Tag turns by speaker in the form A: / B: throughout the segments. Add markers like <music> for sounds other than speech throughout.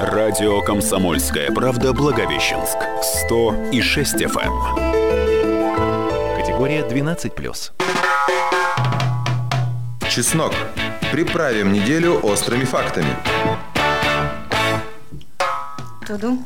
A: Радио «Комсомольская правда» Благовещенск. 100 и эм. 6 FM.
B: Категория 12+.
C: Чеснок. Приправим неделю острыми фактами.
D: Туду.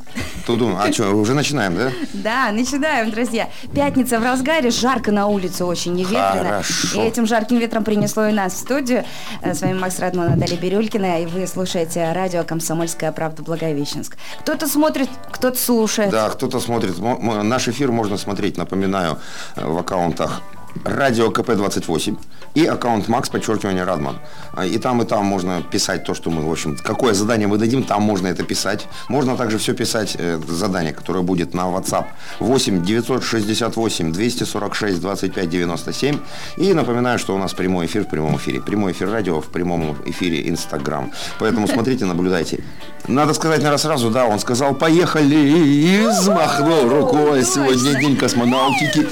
E: Туду, а что, уже начинаем, да?
D: Да, начинаем, друзья. Пятница в разгаре, жарко на улице очень и ветрено.
E: Хорошо.
D: И этим жарким ветром принесло и нас в студию. Э, С вами Макс Радман, Наталья Бирюлькина, и вы слушаете радио «Комсомольская правда. Благовещенск». Кто-то смотрит, кто-то слушает.
E: Да, кто-то смотрит. М- м- Наш эфир можно смотреть, напоминаю, э, в аккаунтах Радио КП-28 и аккаунт Макс, подчеркивание Радман. А, И там, и там можно писать то, что мы, в общем, какое задание мы дадим, там можно это писать. Можно также все писать, э, задание, которое будет на WhatsApp 8 968 246 25 97. И напоминаю, что у нас прямой эфир в прямом эфире. Прямой эфир радио в прямом эфире Инстаграм. Поэтому смотрите, наблюдайте. Надо сказать, наверное, сразу, да, он сказал, поехали, и взмахнул рукой. Сегодня день космонавтики.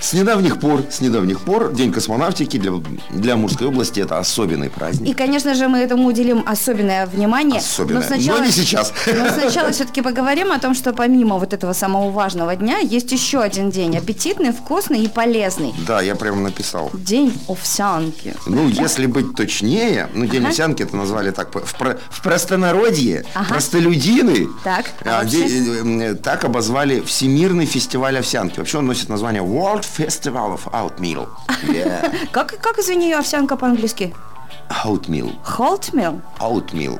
E: С недавних пор, с недавних пор День космонавтики для, для Мурской области это особенный праздник.
D: И, конечно же, мы этому уделим особенное внимание.
E: Особенное.
D: Но, сначала,
E: Но не сейчас.
D: <laughs> Но сначала все-таки поговорим о том, что помимо вот этого самого важного дня, есть еще один день. Аппетитный, вкусный и полезный.
E: Да, я прям написал.
D: День овсянки.
E: Ну, если быть точнее, ну, День овсянки это назвали так, по- в, про- в простонародье,
D: Ага.
E: простолюдины.
D: Так, а
E: а,
D: вообще?
E: де- э, м, э, так обозвали Всемирный фестиваль овсянки. Вообще он носит название World Festival of
D: <laughs>
E: Oatmeal. Yeah.
D: Как, как извини, овсянка по-английски?
E: Oatmeal.
D: Холтмил?
E: Oatmeal.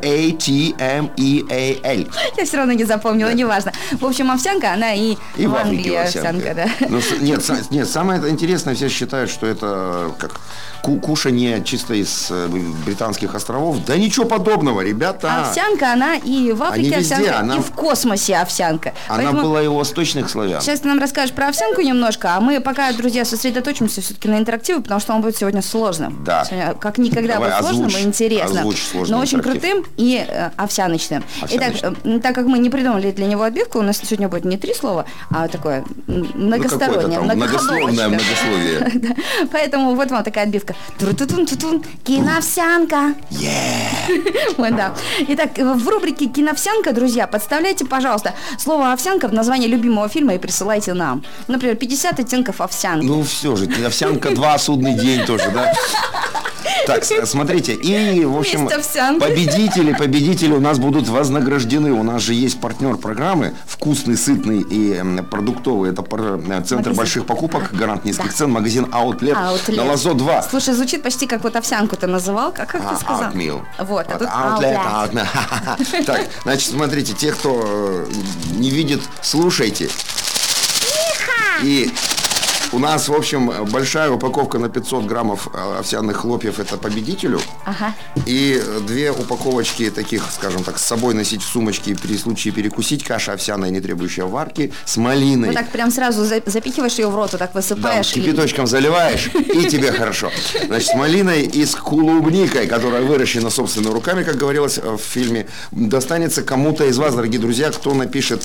E: E O-A-T-M-E-A-L.
D: <laughs> Я все равно не запомнила, неважно. В общем, овсянка, она и,
E: И
D: в
E: в
D: Англии
E: Африке
D: овсянка, да.
E: Ну, с- нет, са- нет, самое это интересное, все считают, что это как ку- кушанье чисто из э, британских островов. Да ничего подобного,
D: А
E: ребята.
D: Овсянка, она и в Африке
E: А. везде,
D: овсянка,
E: она-
D: и в космосе овсянка.
E: Она
D: Поэтому
E: была и у восточных славян.
D: Сейчас ты нам расскажешь про овсянку немножко, а мы пока, друзья, сосредоточимся все-таки на интерактиве, потому что он будет сегодня сложным.
E: Да.
D: Сегодня как никогда
E: Давай,
D: будет сложным
E: озвучь,
D: и интересным.
E: озвучь сложный
D: но очень
E: интерактив.
D: крутым и э, овсяночным.
E: Овсяночным.
D: Итак, э, м, так как мы не придумали для него отбивку, у нас сегодня будет не три слова, а такое м,
E: Ну, какое-то
D: многостороннее,
E: там
D: многоходовочное.
E: многословное
D: <laughs>
E: многословие.
D: Да. Поэтому вот вам такая отбивка. Тру-ту-тун-ту-тун, киновсянка. Вот, да. Итак, э, в рубрике «Киновсянка», друзья, подставляйте, пожалуйста, слово «овсянка» в название любимого фильма и присылайте нам. Например, «50 оттенков овсянки».
E: Ну все же, овсянка 2, судный день тоже,
D: <laughs>
E: да? Так, с- смотрите, и, в общем,
D: Месть овсянки.
E: победители, победители у нас будут вознаграждены. У нас же есть партнер программы «Вкусный, сытный и м, продуктовый». Это пар- э, центр
D: Магазин.
E: больших покупок, гарант низких цен, магазин «Аутлет»,
D: Outlet.
E: на «Лазо-2».
D: А, Слушай, звучит почти как вот овсянку ты называл. Как, как
E: А,
D: ты сказал?
E: Outmeal.
D: Вот, а
E: Вот,
D: тут
E: outlet,
D: outlet.
E: outlet. Ха-ха-ха. <laughs> Так, значит, смотрите, те, кто э, не видит, слушайте. И у нас, в общем, большая упаковка на 500 граммов э, овсяных хлопьев – это победителю.
D: Ага.
E: И э, две упаковочки таких, скажем так, с собой носить в сумочке и при случае перекусить. Каша овсяная, не требующая варки, с малиной.
D: Вот так прям сразу за- запихиваешь ее в рот, вот так
E: Да,
D: высыпаешь. и-
E: кипяточком заливаешь, и тебе хорошо. Значит, с малиной и с клубникой, которая выращена собственными руками, как говорилось э, в фильме, достанется кому-то из вас, дорогие друзья, кто напишет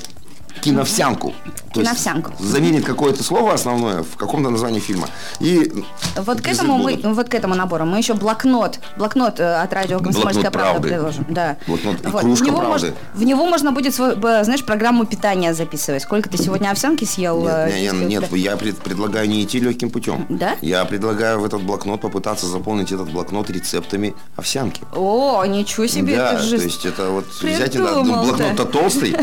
E: киновсянку. То есть
D: Киновсянку.
E: Заменит какое-то слово основное в каком-то названии фильма. И
D: Вот к этому мы,
E: безыдово.
D: вот к этому набору мы еще блокнот, блокнот э, от радио Комсомольская
E: Блокнот
D: правда
E: правды.
D: приложим, да.
E: Блокнот и
D: Вот,
E: кружка
D: в него мож-
E: правды.
D: в него можно будет, свой, б, знаешь, программу питания записывать. Сколько ты сегодня овсянки съел?
E: Нет,
D: э,
E: не- не-
D: чистил
E: нет,
D: тебя?
E: я пред- предлагаю не идти легким путем.
D: Да?
E: Я предлагаю в этот блокнот попытаться заполнить этот блокнот рецептами овсянки.
D: О, ничего себе,
E: да,
D: это же...
E: то есть э, это вот взять и
D: придумал-то.
E: да, блокнот-то толстый.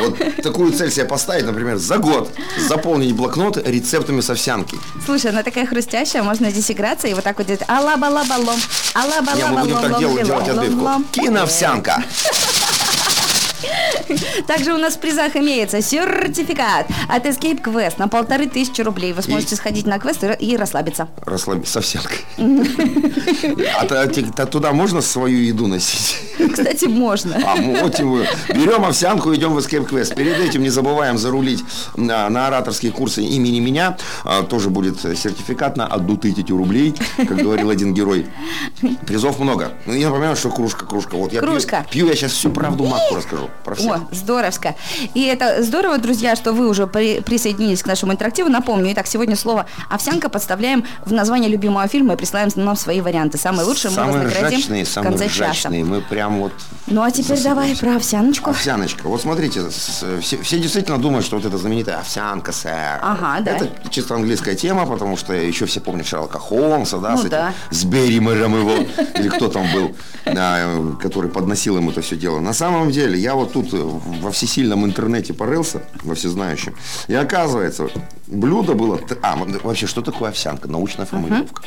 E: Вот такую цель себе поставить, например, за год заполнить блокнот рецептами с овсянки.
D: Слушай, она такая хрустящая, можно здесь играться и вот так вот делать. алла бала балом алла
E: Я
D: бала
E: мы будем так делать, делать отбивку. Киновсянка.
D: Э, Также у нас в призах имеется сертификат от Escape Quest на полторы тысячи рублей. Вы сможете сходить на квест и- и
E: <laughs>
D: расслабиться.
E: Расслабь, с овсянкой. А та- те- та- туда можно свою еду носить?
D: Кстати, можно.
E: А, мотивую. Берем овсянку, идем в Escape Quest. Перед этим не забываем зарулить на, на ораторские курсы имени меня. А, тоже будет сертификат на одну тысячу рублей, как говорил один герой. Призов много. Ну, я напоминаю, что кружка, кружка. Вот я пью-
D: Кружка.
E: Пью, я сейчас всю правду матку расскажу про всех.
D: О, здоровско. И это здорово, друзья, что вы уже при- присоединились к нашему интерактиву. Напомню, итак, сегодня слово «овсянка» подставляем в название любимого фильма и присылаем нам свои варианты. Самые лучшие мы
E: самые
D: вознаградим
E: ржачные,
D: в
E: самые
D: конце часа.
E: ржачные. Мы прям прям вот
D: Ну а теперь давай про
E: <laughs>
D: овсяночку.
E: овсяночка. Вот смотрите, с- э, все, все действительно думают, что вот эта знаменитая овсянка, сэр.
D: Ага, да.
E: Это чисто английская тема, потому что еще все помнят Шерлока Холмса, да,
D: Ну
E: с этим,
D: да.
E: с Берримером его, или кто там был, <laughs> да, э, который подносил ему это все дело. На самом деле, я вот тут э, во всесильном интернете порылся, во всезнающем, и оказывается, блюдо было... т- А, м, вообще, что такое овсянка? Научная формулировка.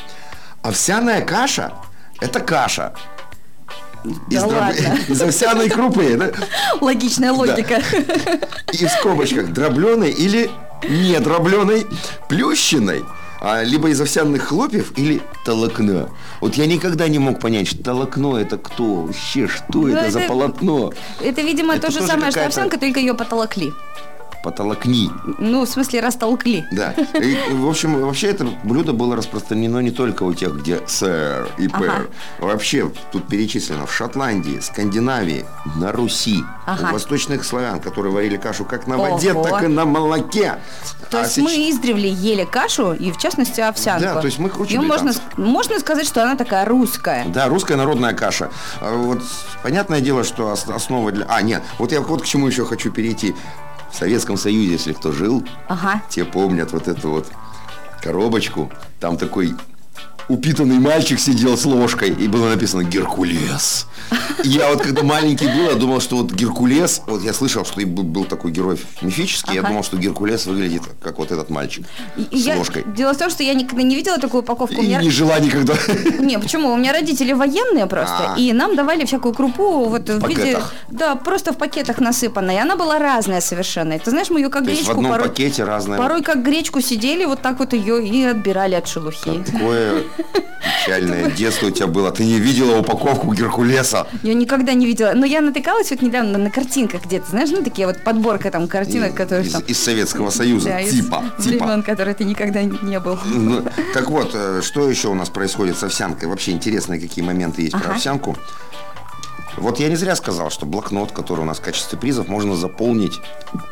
E: Овсяная каша – это каша. Из,
D: Да
E: дроб-
D: ладно.
E: <laughs> из овсяной крупы. да?
D: Логичная логика.
E: И в скобочках дробленой или не дробленой, плющенной, а, либо из овсяных хлопьев или толокна. Вот я никогда не мог понять, что толокно это кто вообще, что
D: Ну,
E: это, за
D: это-
E: полотно.
D: Это, видимо,
E: Это
D: то же
E: тоже
D: самое, что
E: какая-то-
D: овсянка, только ее потолокли.
E: Потолокни.
D: Ну, в смысле, растолкли.
E: Да. И, в общем, вообще это блюдо было распространено не только у тех, где сэр и пэр.
D: Ага.
E: Вообще, тут перечислено в Шотландии, Скандинавии, на Руси,
D: Ага.
E: у восточных славян, которые варили кашу как на
D: Ого.
E: воде, так и на молоке.
D: То
E: А
D: есть
E: сеч-
D: мы издревле ели кашу, и в частности овсянку.
E: Да, то есть мы крутили
D: Её можно,
E: там.
D: ск- можно сказать, что она такая русская.
E: Да, русская народная каша. А Вот понятное дело, что ос- основа для... А, нет, вот я вот к чему еще хочу перейти. В Советском Союзе, если кто жил,
D: Ага.
E: те помнят вот эту вот коробочку. Там такой упитанный мальчик сидел с ложкой, и было написано «Геркулес». И Я вот когда маленький был, я думал, что вот Геркулес, вот я слышал, что и был- был такой герой мифический, я
D: Ага.
E: думал, что Геркулес выглядит как вот этот мальчик
D: И- и
E: с
D: я-
E: ложкой.
D: Дело в том, что я никогда не видела такую упаковку. У
E: И
D: меня-
E: не жила никогда.
D: <laughs> Не, почему? У меня родители военные просто,
E: А.
D: и нам давали всякую крупу вот в, виде...
E: пакетах.
D: Да, просто в пакетах насыпанная. И она была разная совершенно. И ты знаешь, мы ее как
E: То есть в
D: гречку
E: одном
D: порой...
E: пакете разные
D: Порой как гречку сидели, вот так вот ее и отбирали от шелухи.
E: Какое печальное детство у тебя было. Ты не видела упаковку Геркулеса.
D: Я никогда не видела. Но я натыкалась вот недавно на картинках где-то, знаешь, ну такие вот подборка там картинок, которые
E: из,
D: там...
E: из Советского Союза.
D: Да, из
E: типа.
D: времен,
E: типа.
D: которые ты никогда не был.
E: Ну, так вот, э, что еще у нас происходит с овсянкой? Вообще интересные какие моменты есть про
D: Ага.
E: овсянку. Вот я не зря сказал, что блокнот, который у нас в качестве призов, можно заполнить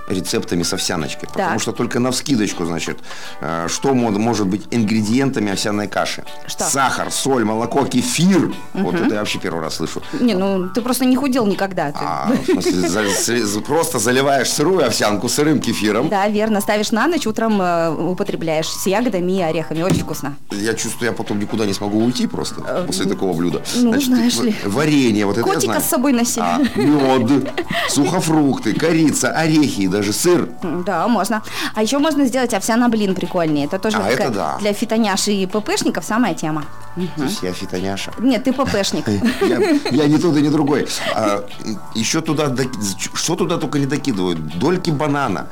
E: рецептами с овсяночки. Потому
D: Так.
E: что только на вскидочку, значит, э, что мо- может быть ингредиентами овсяной каши?
D: Что?
E: Сахар, соль, молоко, кефир. Вот это я вообще первый раз слышу.
D: Не, ну ты просто не худел никогда. ты.
E: А, в смысле, за- с- просто заливаешь сырую овсянку сырым кефиром.
D: Да, верно. Ставишь на ночь, утром э, употребляешь с ягодами и орехами. Очень вкусно.
E: Я чувствую, я потом никуда не смогу уйти просто после такого блюда.
D: Э, ну, знаешь
E: в-
D: ли.
E: Варенье, вот это я
D: Котика
E: знаю.
D: с собой носи.
E: А, мед, сухофрукты, корица, орехи и даже сыр.
D: М, Да, можно. А еще можно сделать овсяна блин прикольнее. Это тоже
E: А,
D: такая
E: это да.
D: для фитоняш и ППшников самая тема.
E: То есть я фитоняша.
D: Нет, ты ППшник.
E: Я, я не тот и не другой. А, еще туда, доки- что туда только не докидывают. Дольки банана,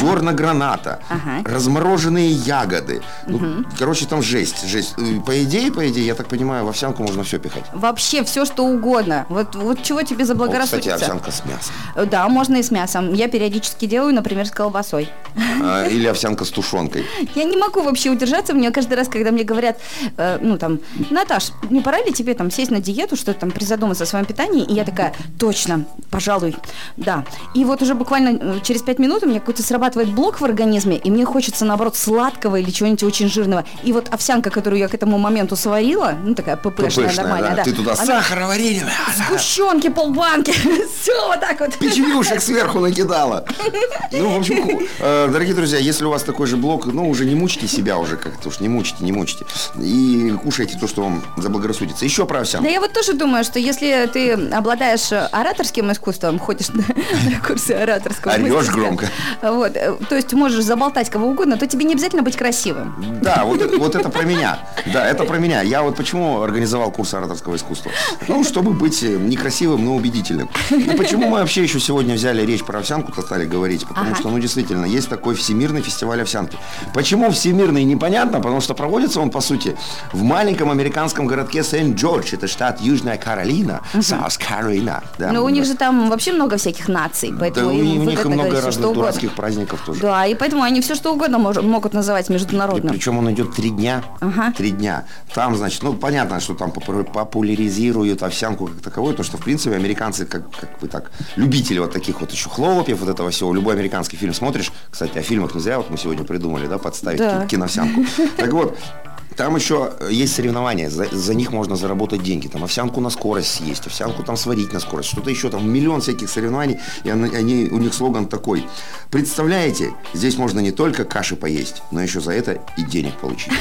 E: зерна граната,
D: Ага.
E: размороженные ягоды. Ну, Короче, там жесть, жесть. Э, По идее, по идее, я так понимаю, в овсянку можно все пихать.
D: Вообще все, что угодно. Вот, вот чего тебе
E: Вот, кстати,
D: заблагорассудится.
E: овсянка с мясом.
D: Э, Да, можно и с мясом. Я периодически делаю, например, с колбасой.
E: А, Или овсянка с тушенкой.
D: Я не могу вообще удержаться. Мне каждый раз, когда мне говорят, э, ну там, Наташ, не пора ли тебе там сесть на диету, что-то там призадуматься о своем питании? И я такая, точно, пожалуй, да. И вот уже буквально э, через пять минут у меня какой-то срабатывает блок в организме, и мне хочется, наоборот, сладкого или чего-нибудь очень жирного. И вот овсянка, которую я к этому моменту сварила, ну такая ППшная,
E: Пышная,
D: нормальная, да.
E: Ты туда
D: она-
E: сахара вареньего,
D: Сгущенки полбанки, <laughs> все вот так вот.
E: печенюшек сверху накидала. Ну, в общем, ку- э, дорогие друзья, если у вас такой же блок, ну, уже не мучите себя уже как-то уж, не мучите, не мучите. И кушайте то, что вам заблагорассудится. Еще про
D: Да
E: овсянку.
D: я вот тоже думаю, что если ты обладаешь э, ораторским искусством, ходишь <laughs> на, на курсы ораторского
E: Орёшь
D: мастерства,
E: громко.
D: вот, э, то есть можешь заболтать кого угодно, то тебе не обязательно быть красивым.
E: Да, вот, вот это про меня. Да, это про меня. Я вот почему организовал курс ораторского искусства? Ну, чтобы быть э, некрасивым, но убедительным. И почему мы вообще еще сегодня взяли речь про овсянку-то стали говорить? Потому
D: Ага.
E: что, ну, действительно, есть такой всемирный фестиваль овсянки. Почему всемирный, непонятно, потому что проводится он, по сути, в маленьком американском городке Сент-Джордж. Это штат Южная Каролина, South Carolina. Да,
D: Но Ну, у
E: да.
D: них же там вообще много всяких наций,
E: Да,
D: поэтому
E: и
D: им
E: у них и
D: выгодно
E: много
D: говорить всё, что
E: разных
D: угодно.
E: дурацких праздников тоже.
D: Да, и поэтому они все что угодно мож- могут называть международным.
E: Причем он идет три дня.
D: Ага.
E: Три дня. Там, значит, ну, понятно, что там попу- популяризируют овсянку как таковую, потому что, в принципе, американцы, как, как бы так, любители вот таких вот еще хлопьев, вот этого всего. Любой американский фильм смотришь. Кстати, о фильмах не зря, вот мы сегодня придумали, да, подставить
D: Да.
E: ки- киновсянку. Так вот, Там еще есть соревнования, за, за них можно заработать деньги. Там овсянку на скорость съесть, овсянку там сварить на скорость, что-то еще, там миллион всяких соревнований, и они, они- у них слоган такой. Представляете, здесь можно не только каши поесть, но еще за это и денег получить.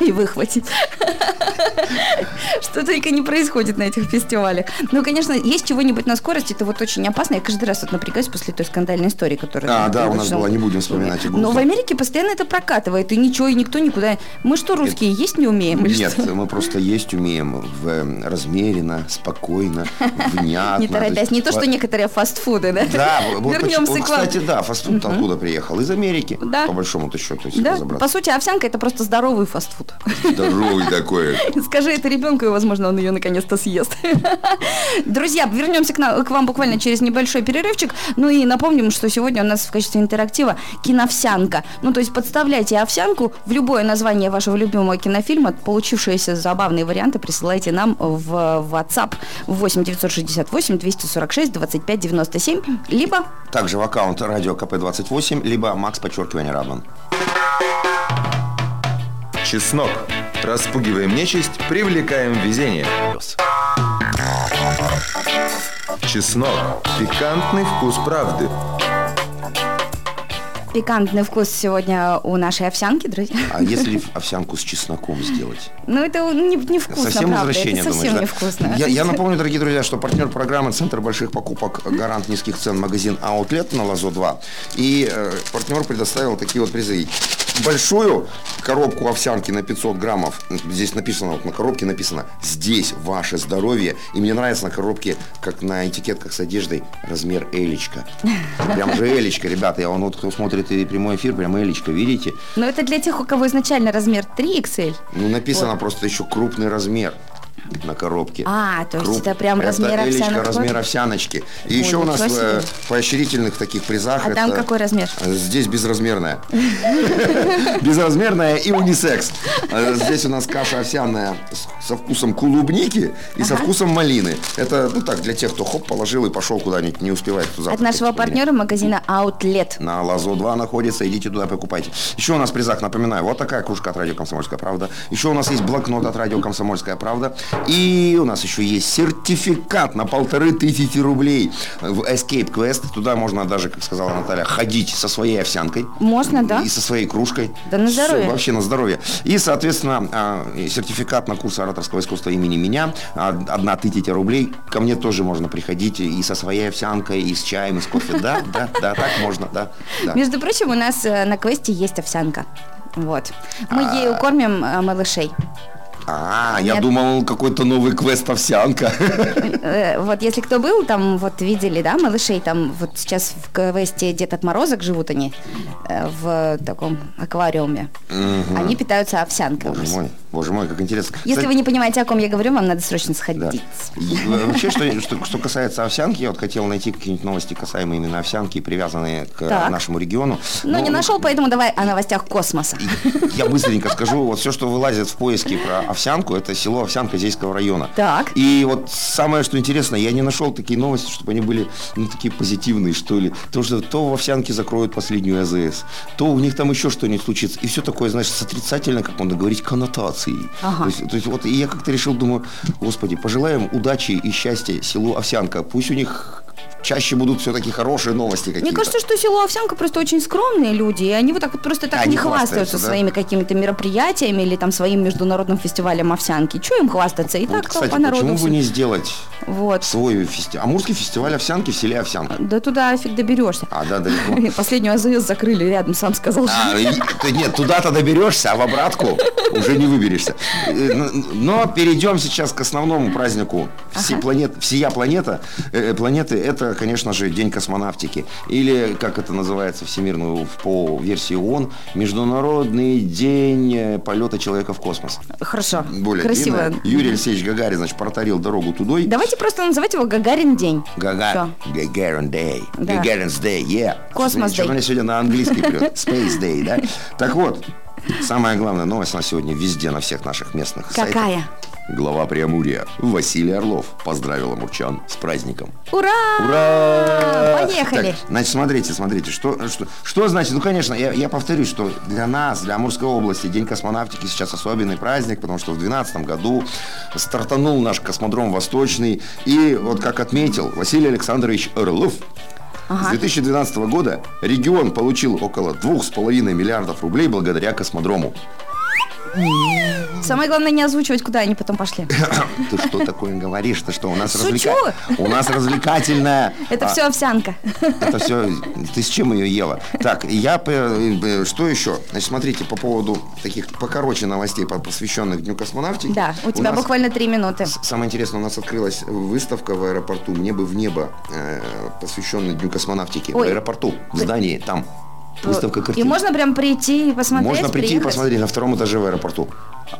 D: и выхватить. Что только не происходит на этих фестивалях. Ну, конечно, есть чего-нибудь на скорости, это вот очень опасно. Я каждый раз вот напрягаюсь после той скандальной истории, которая...
E: А,
D: там
E: да, у нас
D: произошла.
E: была, не будем вспоминать. и
D: Но в
E: грустно.
D: Америке постоянно это прокатывает, и ничего, и никто никуда... Мы что, русские, есть не умеем? или
E: Нет,
D: что?
E: мы просто есть умеем в э, размеренно, спокойно,
D: <laughs>
E: внятно.
D: Не
E: То есть
D: торопясь, не то,
E: по-
D: что некоторые фастфуды, да?
E: <laughs> Да, вот
D: Вернемся
E: поч-
D: к вам.
E: Кстати, да, фастфуд откуда приехал? Из Америки,
D: Да.
E: по большому-то счету, если
D: Да, по
E: разобраться.
D: сути, овсянка это просто здоровый фастфуд.
E: Здоровый такой.
D: <laughs> Скажи это ребенку, и, возможно, он ее наконец-то съест. <laughs> Друзья, вернемся к, на- к вам буквально через небольшой перерывчик. Ну и напомним, что сегодня у нас в качестве интерактива киновсянка. Ну, то есть подставляйте овсянку в любое название вашего любимого кинофильма. Получившиеся забавные варианты присылайте нам в WhatsApp 8 968 246 25 97, либо
E: Также в аккаунт радио КП-28, либо Макс, подчеркивание, Радман.
C: Чеснок. Распугиваем нечисть, привлекаем везение.
B: Плюс.
C: Чеснок. Пикантный вкус правды.
D: пикантный вкус сегодня у нашей овсянки, друзья.
E: А если овсянку с чесноком сделать?
D: Ну, это не, невкусно,
E: совсем
D: правда.
E: возвращение,
D: это совсем
E: думаешь, да?
D: невкусно.
E: Я, я напомню, дорогие друзья, что партнер программы «Центр больших покупок. Гарант низких цен. Магазин Аутлет» на «Лазо-2». И э, партнер предоставил такие вот призы. Большую коробку овсянки на 500 граммов. Здесь написано, вот на коробке написано «Здесь ваше здоровье». И мне нравится на коробке, как на этикетках с одеждой, размер Элечка. Прям же Элечка, ребята. Я вон вот кто смотрит и прямой эфир, прям Элечка, видите?
D: Но это для тех, у кого изначально размер 3XL.
E: Ну, написано просто еще крупный размер на коробке.
D: А, то есть
E: Круп-
D: это прям размер
E: Элечка,
D: овсянок.
E: размер овсяночки. И
D: Ой,
E: еще у нас
D: ничего
E: э,
D: себе.
E: поощрительных таких призах.
D: А там
E: это-
D: какой размер?
E: Э, Здесь безразмерная. <laughs> Безразмерная и унисекс. Э, Здесь у нас каша овсяная с- со вкусом клубники и со вкусом малины. Это, ну так, для тех, кто хоп, положил и пошел куда-нибудь, не успевает. кто
D: От
E: завтракать,
D: нашего
E: кто меня-
D: партнера магазина Outlet.
E: на Лазо 2 находится, идите туда, покупайте. Еще у нас в призах, напоминаю, вот такая кружка от радио «Комсомольская правда». Еще у нас есть блокнот от радио «Комсомольская правда». И у нас еще есть сертификат на полторы тысячи рублей в Escape Quest. Туда можно даже, как сказала Наталья, ходить со своей овсянкой.
D: Можно, да?
E: И со своей кружкой.
D: Да на
E: Всё,
D: здоровье.
E: вообще на здоровье. И, соответственно, а, и сертификат на курс ораторского искусства имени меня. А, Одна тысяча рублей. Ко мне тоже можно приходить и со своей овсянкой, и с чаем, и с кофе. Да, да, да, так можно, да. да.
D: Между прочим, у нас э, на квесте есть овсянка. Вот. Мы ею кормим э, малышей.
E: А, я
D: Нет.
E: думал, какой-то новый квест овсянка.
D: Э, Вот если кто был, там вот видели, да, малышей, там вот сейчас в квесте Дед от Морозок живут они э, в таком аквариуме. Они питаются овсянкой. у
E: Боже
D: нас.
E: мой, боже мой, как интересно.
D: Если
E: Кстати,
D: вы не понимаете, о ком я говорю, вам надо срочно
E: Да.
D: сходить.
E: И э, Вообще, что, что, что касается овсянки, я вот хотел найти какие-нибудь новости, касаемые именно овсянки, привязанные к э,
D: Так.
E: нашему региону. Ну,
D: Но Ну, не нашел, поэтому давай о новостях космоса.
E: Я быстренько скажу, вот все, что вылазит в поиске про овсянку, это село Овсянка Зейского района.
D: Так.
E: И вот самое, что интересно, я не нашел такие новости, чтобы они были, ну, такие позитивные, что ли. Потому что то в Овсянке закроют последнюю АЗС, то у них там еще что-нибудь случится. И все такое, значит, с отрицательной, как можно говорить, коннотацией.
D: Ага.
E: То, есть, то есть вот и я как-то решил, думаю, господи, пожелаем удачи и счастья селу Овсянка. Пусть у них чаще будут все-таки хорошие новости какие-то.
D: Мне кажется, что село Овсянка просто очень скромные люди, и они вот так вот просто так
E: Они
D: не хвастаются
E: хвастаются, да?
D: своими какими-то мероприятиями или там своим международным фестивалем овсянки. Чего им хвастаться? И
E: Вот,
D: так
E: кстати,
D: толпа народу.
E: почему
D: всё-
E: бы не сделать
D: Вот.
E: свой фестиваль? Амурский фестиваль овсянки в селе Овсянка.
D: Да туда фиг доберешься.
E: А, да, далеко.
D: <laughs> Последнюю АЗС закрыли рядом, сам сказал.
E: А, и- ты- нет, туда-то доберешься, а в обратку уже не выберешься. Э, н- Но перейдем сейчас к основному празднику всей планет, всея планета, э, э, планеты. Это, конечно же, День космонавтики. Или, как это называется всемирную по версии ООН, Международный день э, полета человека в космос.
D: <laughs> Хорошо.
E: А, Более
D: Красиво.
E: длинная. Юрий Алексеевич Гагарин, значит, протарил дорогу тудой.
D: Давайте просто называть его Гагарин день.
E: Гага... Гагарин Day.
D: Да.
E: Гагарин's Day, yeah.
D: Космос
E: Чё
D: Day. <laughs>
E: у меня сегодня на английский прет. Space Day, да? Так вот, Самая главная новость у нас сегодня везде, на всех наших местных сайтах.
D: Какая?
E: Глава Преамурья Василий Орлов поздравил амурчан с праздником.
D: Ура!
E: Ура!
D: А, Поехали!
E: Так, значит, смотрите, смотрите, что, что, что значит, ну, конечно, я, я повторюсь, что для нас, для Амурской области, День космонавтики сейчас особенный праздник, потому что в 2012 году стартанул наш космодром Восточный, и вот как отметил Василий Александрович Орлов,
D: Ага.
E: С 2012 года регион получил около 2,5 миллиардов рублей благодаря космодрому. <coughs>
D: Самое главное не озвучивать, куда они потом
E: <laughs>
D: пошли.
E: Ты что такое говоришь? Ты что, у нас,
D: Шучу.
E: развлека- у нас развлекательная...
D: Это
E: а,
D: все овсянка. <laughs>
E: Это все... Ты с чем ее ела? Так, я... п- э, Что еще? Значит, смотрите, по поводу таких покороче новостей, по- посвященных Дню космонавтики.
D: Да, у тебя
E: нас-
D: буквально три минуты.
E: с- Самое интересное, у нас открылась выставка в аэропорту «Мне бы в небо», э, посвященная Дню космонавтики. В
D: Ой. Э,
E: аэропорту, в здании, там. Выставка картин.
D: И можно прям прийти и посмотреть,
E: Можно прийти и
D: приехать?
E: посмотреть на втором этаже в аэропорту.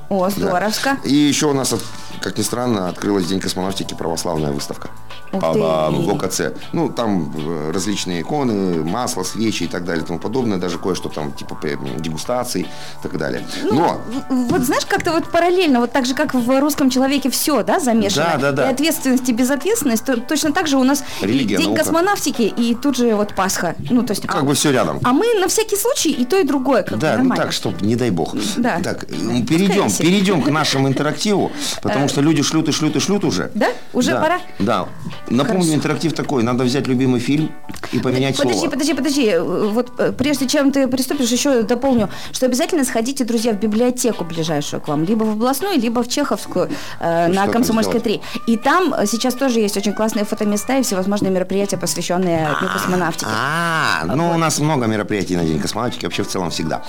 D: О,
E: Да.
D: здоровско.
E: И еще у нас, от- как ни странно, открылась День космонавтики православная выставка.
D: Ух
E: А,
D: ты.
E: а, в ОКЦ. Ну, там э, различные иконы, масло, свечи и так далее и тому подобное. Даже кое-что там, типа э, дегустаций и так далее.
D: Ну,
E: Но
D: В- Вот знаешь, как-то вот параллельно, вот так же, как в русском человеке все, да, замешано.
E: Да, да, да.
D: И ответственность и безответственность, то- точно так же у нас и
E: Религия,
D: день
E: наука.
D: космонавтики и тут же вот Пасха. Ну, то есть... а-
E: как бы все рядом.
D: А мы на всякий случай и то, и другое. Как бы
E: Да, ну
D: нормально.
E: так, чтобы, не дай бог.
D: Да. Ну,
E: Так, э, перейдем,
D: себе.
E: перейдем к нашему интерактиву, потому что люди шлют и шлют и шлют уже.
D: Э. Да? Уже
E: Да,
D: пора?
E: Да. Напомню,
D: Хорошо.
E: интерактив такой, надо взять любимый фильм и поменять
D: А, Подожди,
E: слово.
D: подожди, подожди. Э, Вот э, прежде чем ты приступишь, еще дополню, что обязательно сходите, друзья, в библиотеку ближайшую к вам, либо в областную, либо в Чеховскую э, на
E: там
D: Комсомольской
E: а сделать?
D: 3. И там э, сейчас тоже есть очень классные фотоместа и всевозможные мероприятия, посвященные Дню космонавтике.
E: А, ну у нас много мероприятий на День космонавтики, вообще в целом всегда.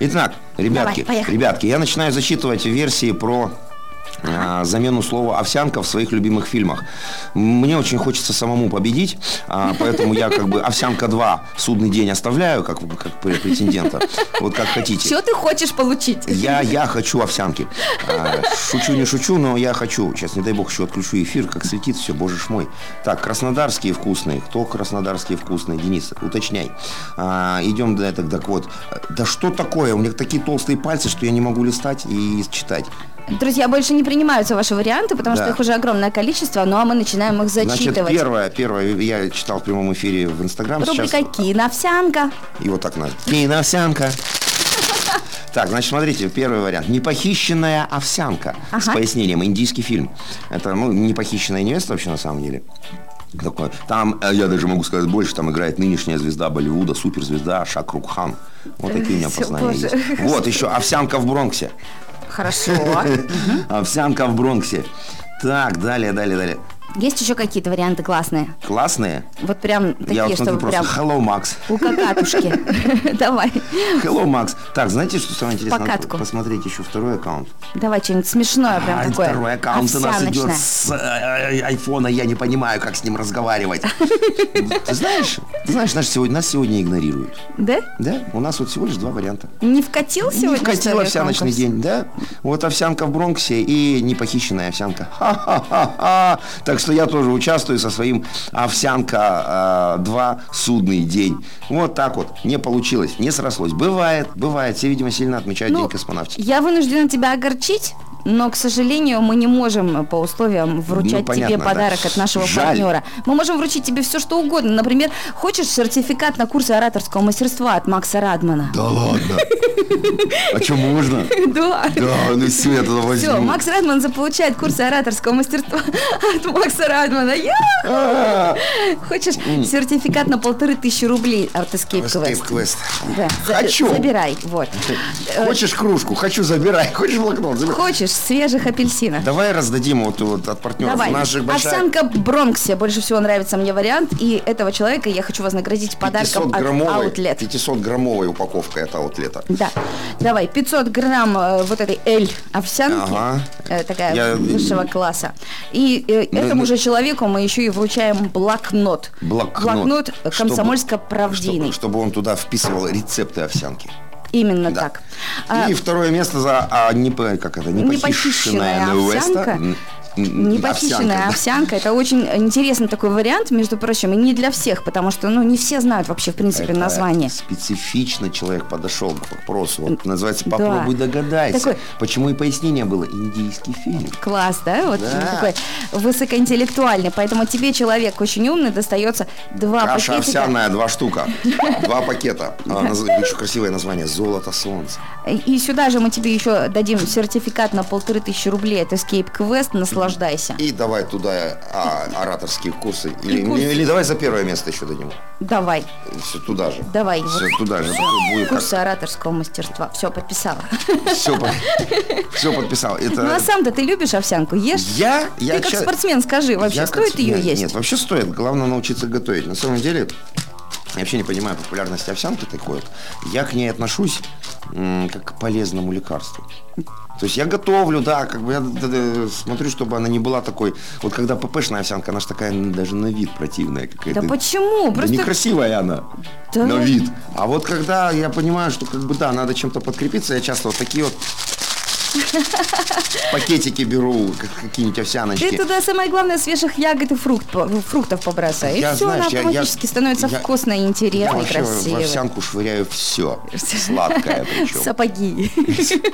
E: Итак, ребятки,
D: Давай, поехали.
E: ребятки, я начинаю зачитывать версии про а, замену слова овсянка в своих любимых фильмах. Мне очень хочется самому победить, а, поэтому я как бы овсянка 2 судный день оставляю, как, как претендента. Вот как хотите.
D: Все ты хочешь получить?
E: Я, я хочу овсянки. А, Шучу, не шучу, но я хочу. Сейчас, не дай бог, еще отключу эфир, как светит все, боже ж мой. Так, краснодарские вкусные. Кто краснодарские вкусные? Денис, уточняй. А, идем до этого. Так вот, да что такое? У меня такие толстые пальцы, что я не могу листать и читать.
D: Друзья, больше не принимаются ваши варианты, потому
E: Да.
D: что их уже огромное количество, ну а мы начинаем их
E: Значит,
D: зачитывать.
E: первое, первое, я читал в прямом эфире в Инстаграм. сейчас-
D: Рубрика
E: <laughs>
D: «Киновсянка».
E: И вот так надо. Кинь овсянка. Так, значит, смотрите, первый вариант. Непохищенная овсянка. С
D: Ага.
E: пояснением. Индийский фильм. Это, ну, непохищенная невеста вообще на самом деле. Такое. Там, э, я даже могу сказать больше, там играет нынешняя звезда Болливуда, суперзвезда Шакрук Хан. Вот такие у меня
D: Э, Всё,
E: познания
D: боже.
E: есть. Вот еще «Овсянка в Бронксе».
D: Хорошо.
E: «Овсянка в Бронксе». Так, далее, далее, далее.
D: Есть еще какие-то варианты классные?
E: Классные.
D: Вот прям такие,
E: я вот
D: чтобы
E: смотрю просто
D: прям...
E: «Hello, Макс».
D: У какатушки. <laughs> Давай.
E: Hello, Макс. Так, знаете, что самое интересное? Надо
D: Покатку.
E: Посмотреть еще второй аккаунт.
D: Давай что-нибудь смешное прям
E: А,
D: такое.
E: Второй аккаунт у нас идет
D: овсяночное.
E: с э, э, айфона, я не понимаю, как с
D: <laughs>
E: ним разговаривать. Ты знаешь, ты знаешь, нас сегодня, нас сегодня игнорируют.
D: Да?
E: Да, у нас вот всего лишь два варианта.
D: Не вкатил сегодня?
E: Не вкатил
D: что ли,
E: овсяночный
D: конкурс?
E: день, да? Вот овсянка в Бронксе и непохищенная овсянка. Ха-ха-ха-ха. Так что я тоже участвую со своим овсянка 2 судный день. Вот так вот. Не получилось, не срослось. Бывает, бывает. Все, видимо, сильно отмечают
D: Ну,
E: День космонавтики.
D: Я вынуждена тебя огорчить, но, к сожалению, мы не можем э, по условиям вручать
E: Ну, понятно,
D: тебе
E: да.
D: подарок от нашего
E: Жаль.
D: партнера. Мы можем вручить тебе все, что угодно. Например, хочешь сертификат на курсы ораторского мастерства от Макса Радмана? <laughs>
E: Да ладно. А что можно?
D: Да.
E: Да, ну Света, ну возьми.
D: Все, Макс Радман заполучает курсы ораторского мастерства <laughs> от Макса Радмана. Я!
E: А,
D: Хочешь сертификат на полторы тысячи рублей от Escape
E: Escape
D: Quest?
E: Quest.
D: Да, за-
E: Хочу.
D: Забирай, вот. Э,
E: Хочешь кружку? Хочу, забирай. Хочешь блокнот? Забирай.
D: Хочешь свежих апельсинов?
E: Давай раздадим вот, вот от партнеров.
D: Давай.
E: У нас же большая
D: Овсянка Бронксе. Больше всего нравится мне вариант. И этого человека я хочу вознаградить подарком от
E: 500-граммовая
D: Outlet.
E: 500-граммовая упаковка от аутлета.
D: Да. Давай, 500 грамм э, вот этой L овсянки,
E: Ага.
D: э, такая
E: Я-
D: высшего класса. И э, этому
E: ну-
D: же человеку мы еще и вручаем блокнот.
E: Блокнот.
D: э,
E: Чтобы-
D: комсомольско-правдийный.
E: Чтобы, чтобы он туда вписывал рецепты овсянки.
D: Именно
E: Да.
D: так. А,
E: И второе место за а, не, по- как это, непохищенная
D: Непохищенная овсянка
E: невеста.
D: Непочищенная овсянка. Это очень интересный такой вариант, между прочим, и не для всех, потому что, ну, не все знают вообще, в принципе,
E: Это
D: название.
E: Специфично человек подошел к вопросу. Вот называется «Попробуй
D: Да.
E: догадайся».
D: Такой-
E: Почему и пояснение было «Индийский фильм».
D: Класс, да? Вот
E: Да.
D: такой высокоинтеллектуальный. Поэтому тебе, человек очень умный, достается два
E: Каша
D: пакетика.
E: овсяная, два штука. Два пакета. А, наз- Еще красивое название. Золото солнца.
D: И сюда же мы тебе еще дадим сертификат на полторы тысячи рублей. Это Escape Quest, наслаждайся.
E: И давай туда а, ораторские курсы. Или,
D: И курсы.
E: или давай за первое место еще дадим.
D: Давай,
E: Все туда же.
D: давай.
E: Все
D: Вот.
E: туда же. Будет как-
D: Курсы ораторского мастерства. Все, подписала.
E: Все, под- все подписал. Это...
D: Ну а сам-то ты любишь овсянку? Ешь?
E: Я, я
D: Ты как
E: щас-
D: спортсмен скажи, вообще
E: Я
D: стоит
E: как-
D: ее
E: нет,
D: есть?
E: Нет, вообще стоит. Главное научиться готовить. На самом деле, я вообще не понимаю популярности овсянки такой вот. Я к ней отношусь м, как к полезному лекарству. То есть я готовлю, да, как бы я д- д- смотрю, чтобы она не была такой. Вот когда ППшная овсянка, она же такая м, даже на вид противная
D: Да
E: какая-то.
D: почему?
E: Да
D: Просто
E: некрасивая она
D: Да.
E: на вид. А вот когда я понимаю, что как бы да, надо чем-то подкрепиться, я часто вот
D: <laughs>
E: такие вот пакетики беру, как- какие-нибудь овсяночки.
D: ты туда самое главное свежих ягод и фрукт, по- фруктов побросай. И
E: Я,
D: все, она
E: знаешь, я- я-
D: автоматически становится
E: я-
D: вкусной,
E: Я
D: интересной,
E: Ну, вообще в
D: красивой.
E: овсянку швыряю все.
D: <laughs>
E: Сладкое причем.
D: Сапоги. <laughs>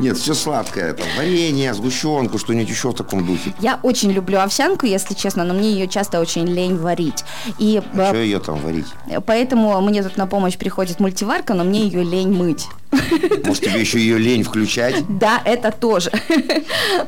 E: Нет, все сладкое. Там варенье, сгущенку, что-нибудь еще в таком духе.
D: Я очень люблю овсянку, если честно, но мне ее часто очень лень варить. И
E: А
D: э,
E: что ее там варить?
D: поэтому мне тут на помощь приходит мультиварка, но мне ее лень мыть.
E: Может, тебе еще ее лень включать?
D: Да, это тоже. <laughs>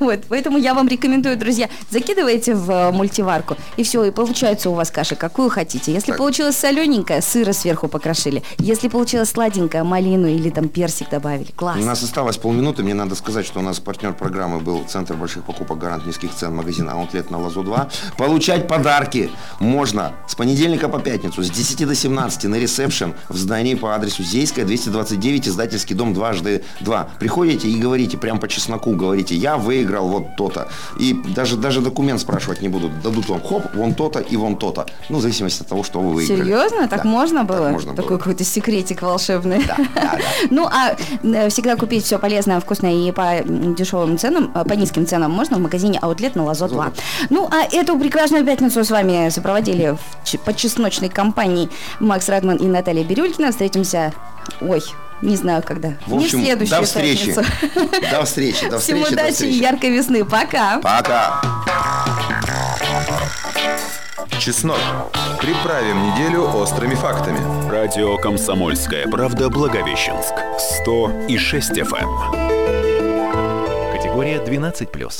D: Вот, поэтому я вам рекомендую, друзья, закидывайте в э, мультиварку, и все, и получается у вас каша, какую хотите. Если
E: Так.
D: получилась солененькая, сыра сверху покрошили. Если получилась сладенькая, малину или там персик добавили. Класс.
E: У нас осталось полминуты. Мне надо сказать, что у нас партнер программы был Центр больших покупок «Гарант низких цен» магазин «Аутлет» на Лазу-2. Получать подарки можно с понедельника по пятницу с 10 до 17 на ресепшн в здании по адресу Зейская, 229, издательский дом дважды 2. Приходите и говорите прям по чесноку, говорите, я выиграл вот то-то. И даже, даже документ спрашивать не будут. Дадут вам хоп, вон то-то и вон то-то. Ну, в зависимости от того, что вы выиграли.
D: Серьезно? Так
E: Да,
D: можно было?
E: Так можно
D: Такой
E: было.
D: какой-то секретик волшебный.
E: да, да.
D: <laughs> Ну, а э, всегда купить все полезное, вкусное и по м, дешевым ценам, э, по низким ценам можно в магазине Outlet на Лазо 2. Ну, а эту прекрасную пятницу с вами сопроводили в ч- по чесночной компании Макс Радман и Наталья Бирюлькина. Встретимся, ой, не знаю когда.
E: В общем,
D: не в следующую
E: до встречи.
D: пятницу.
E: До встречи,
D: <laughs>
E: до
D: Всем
E: встречи, до
D: удачи и
E: встречи.
D: яркой весны. Пока.
E: Пока.
C: Чеснок. Приправим неделю острыми фактами.
A: Радио «Комсомольская правда» эм. Благовещенск. 106 FM.
B: Категория 12+.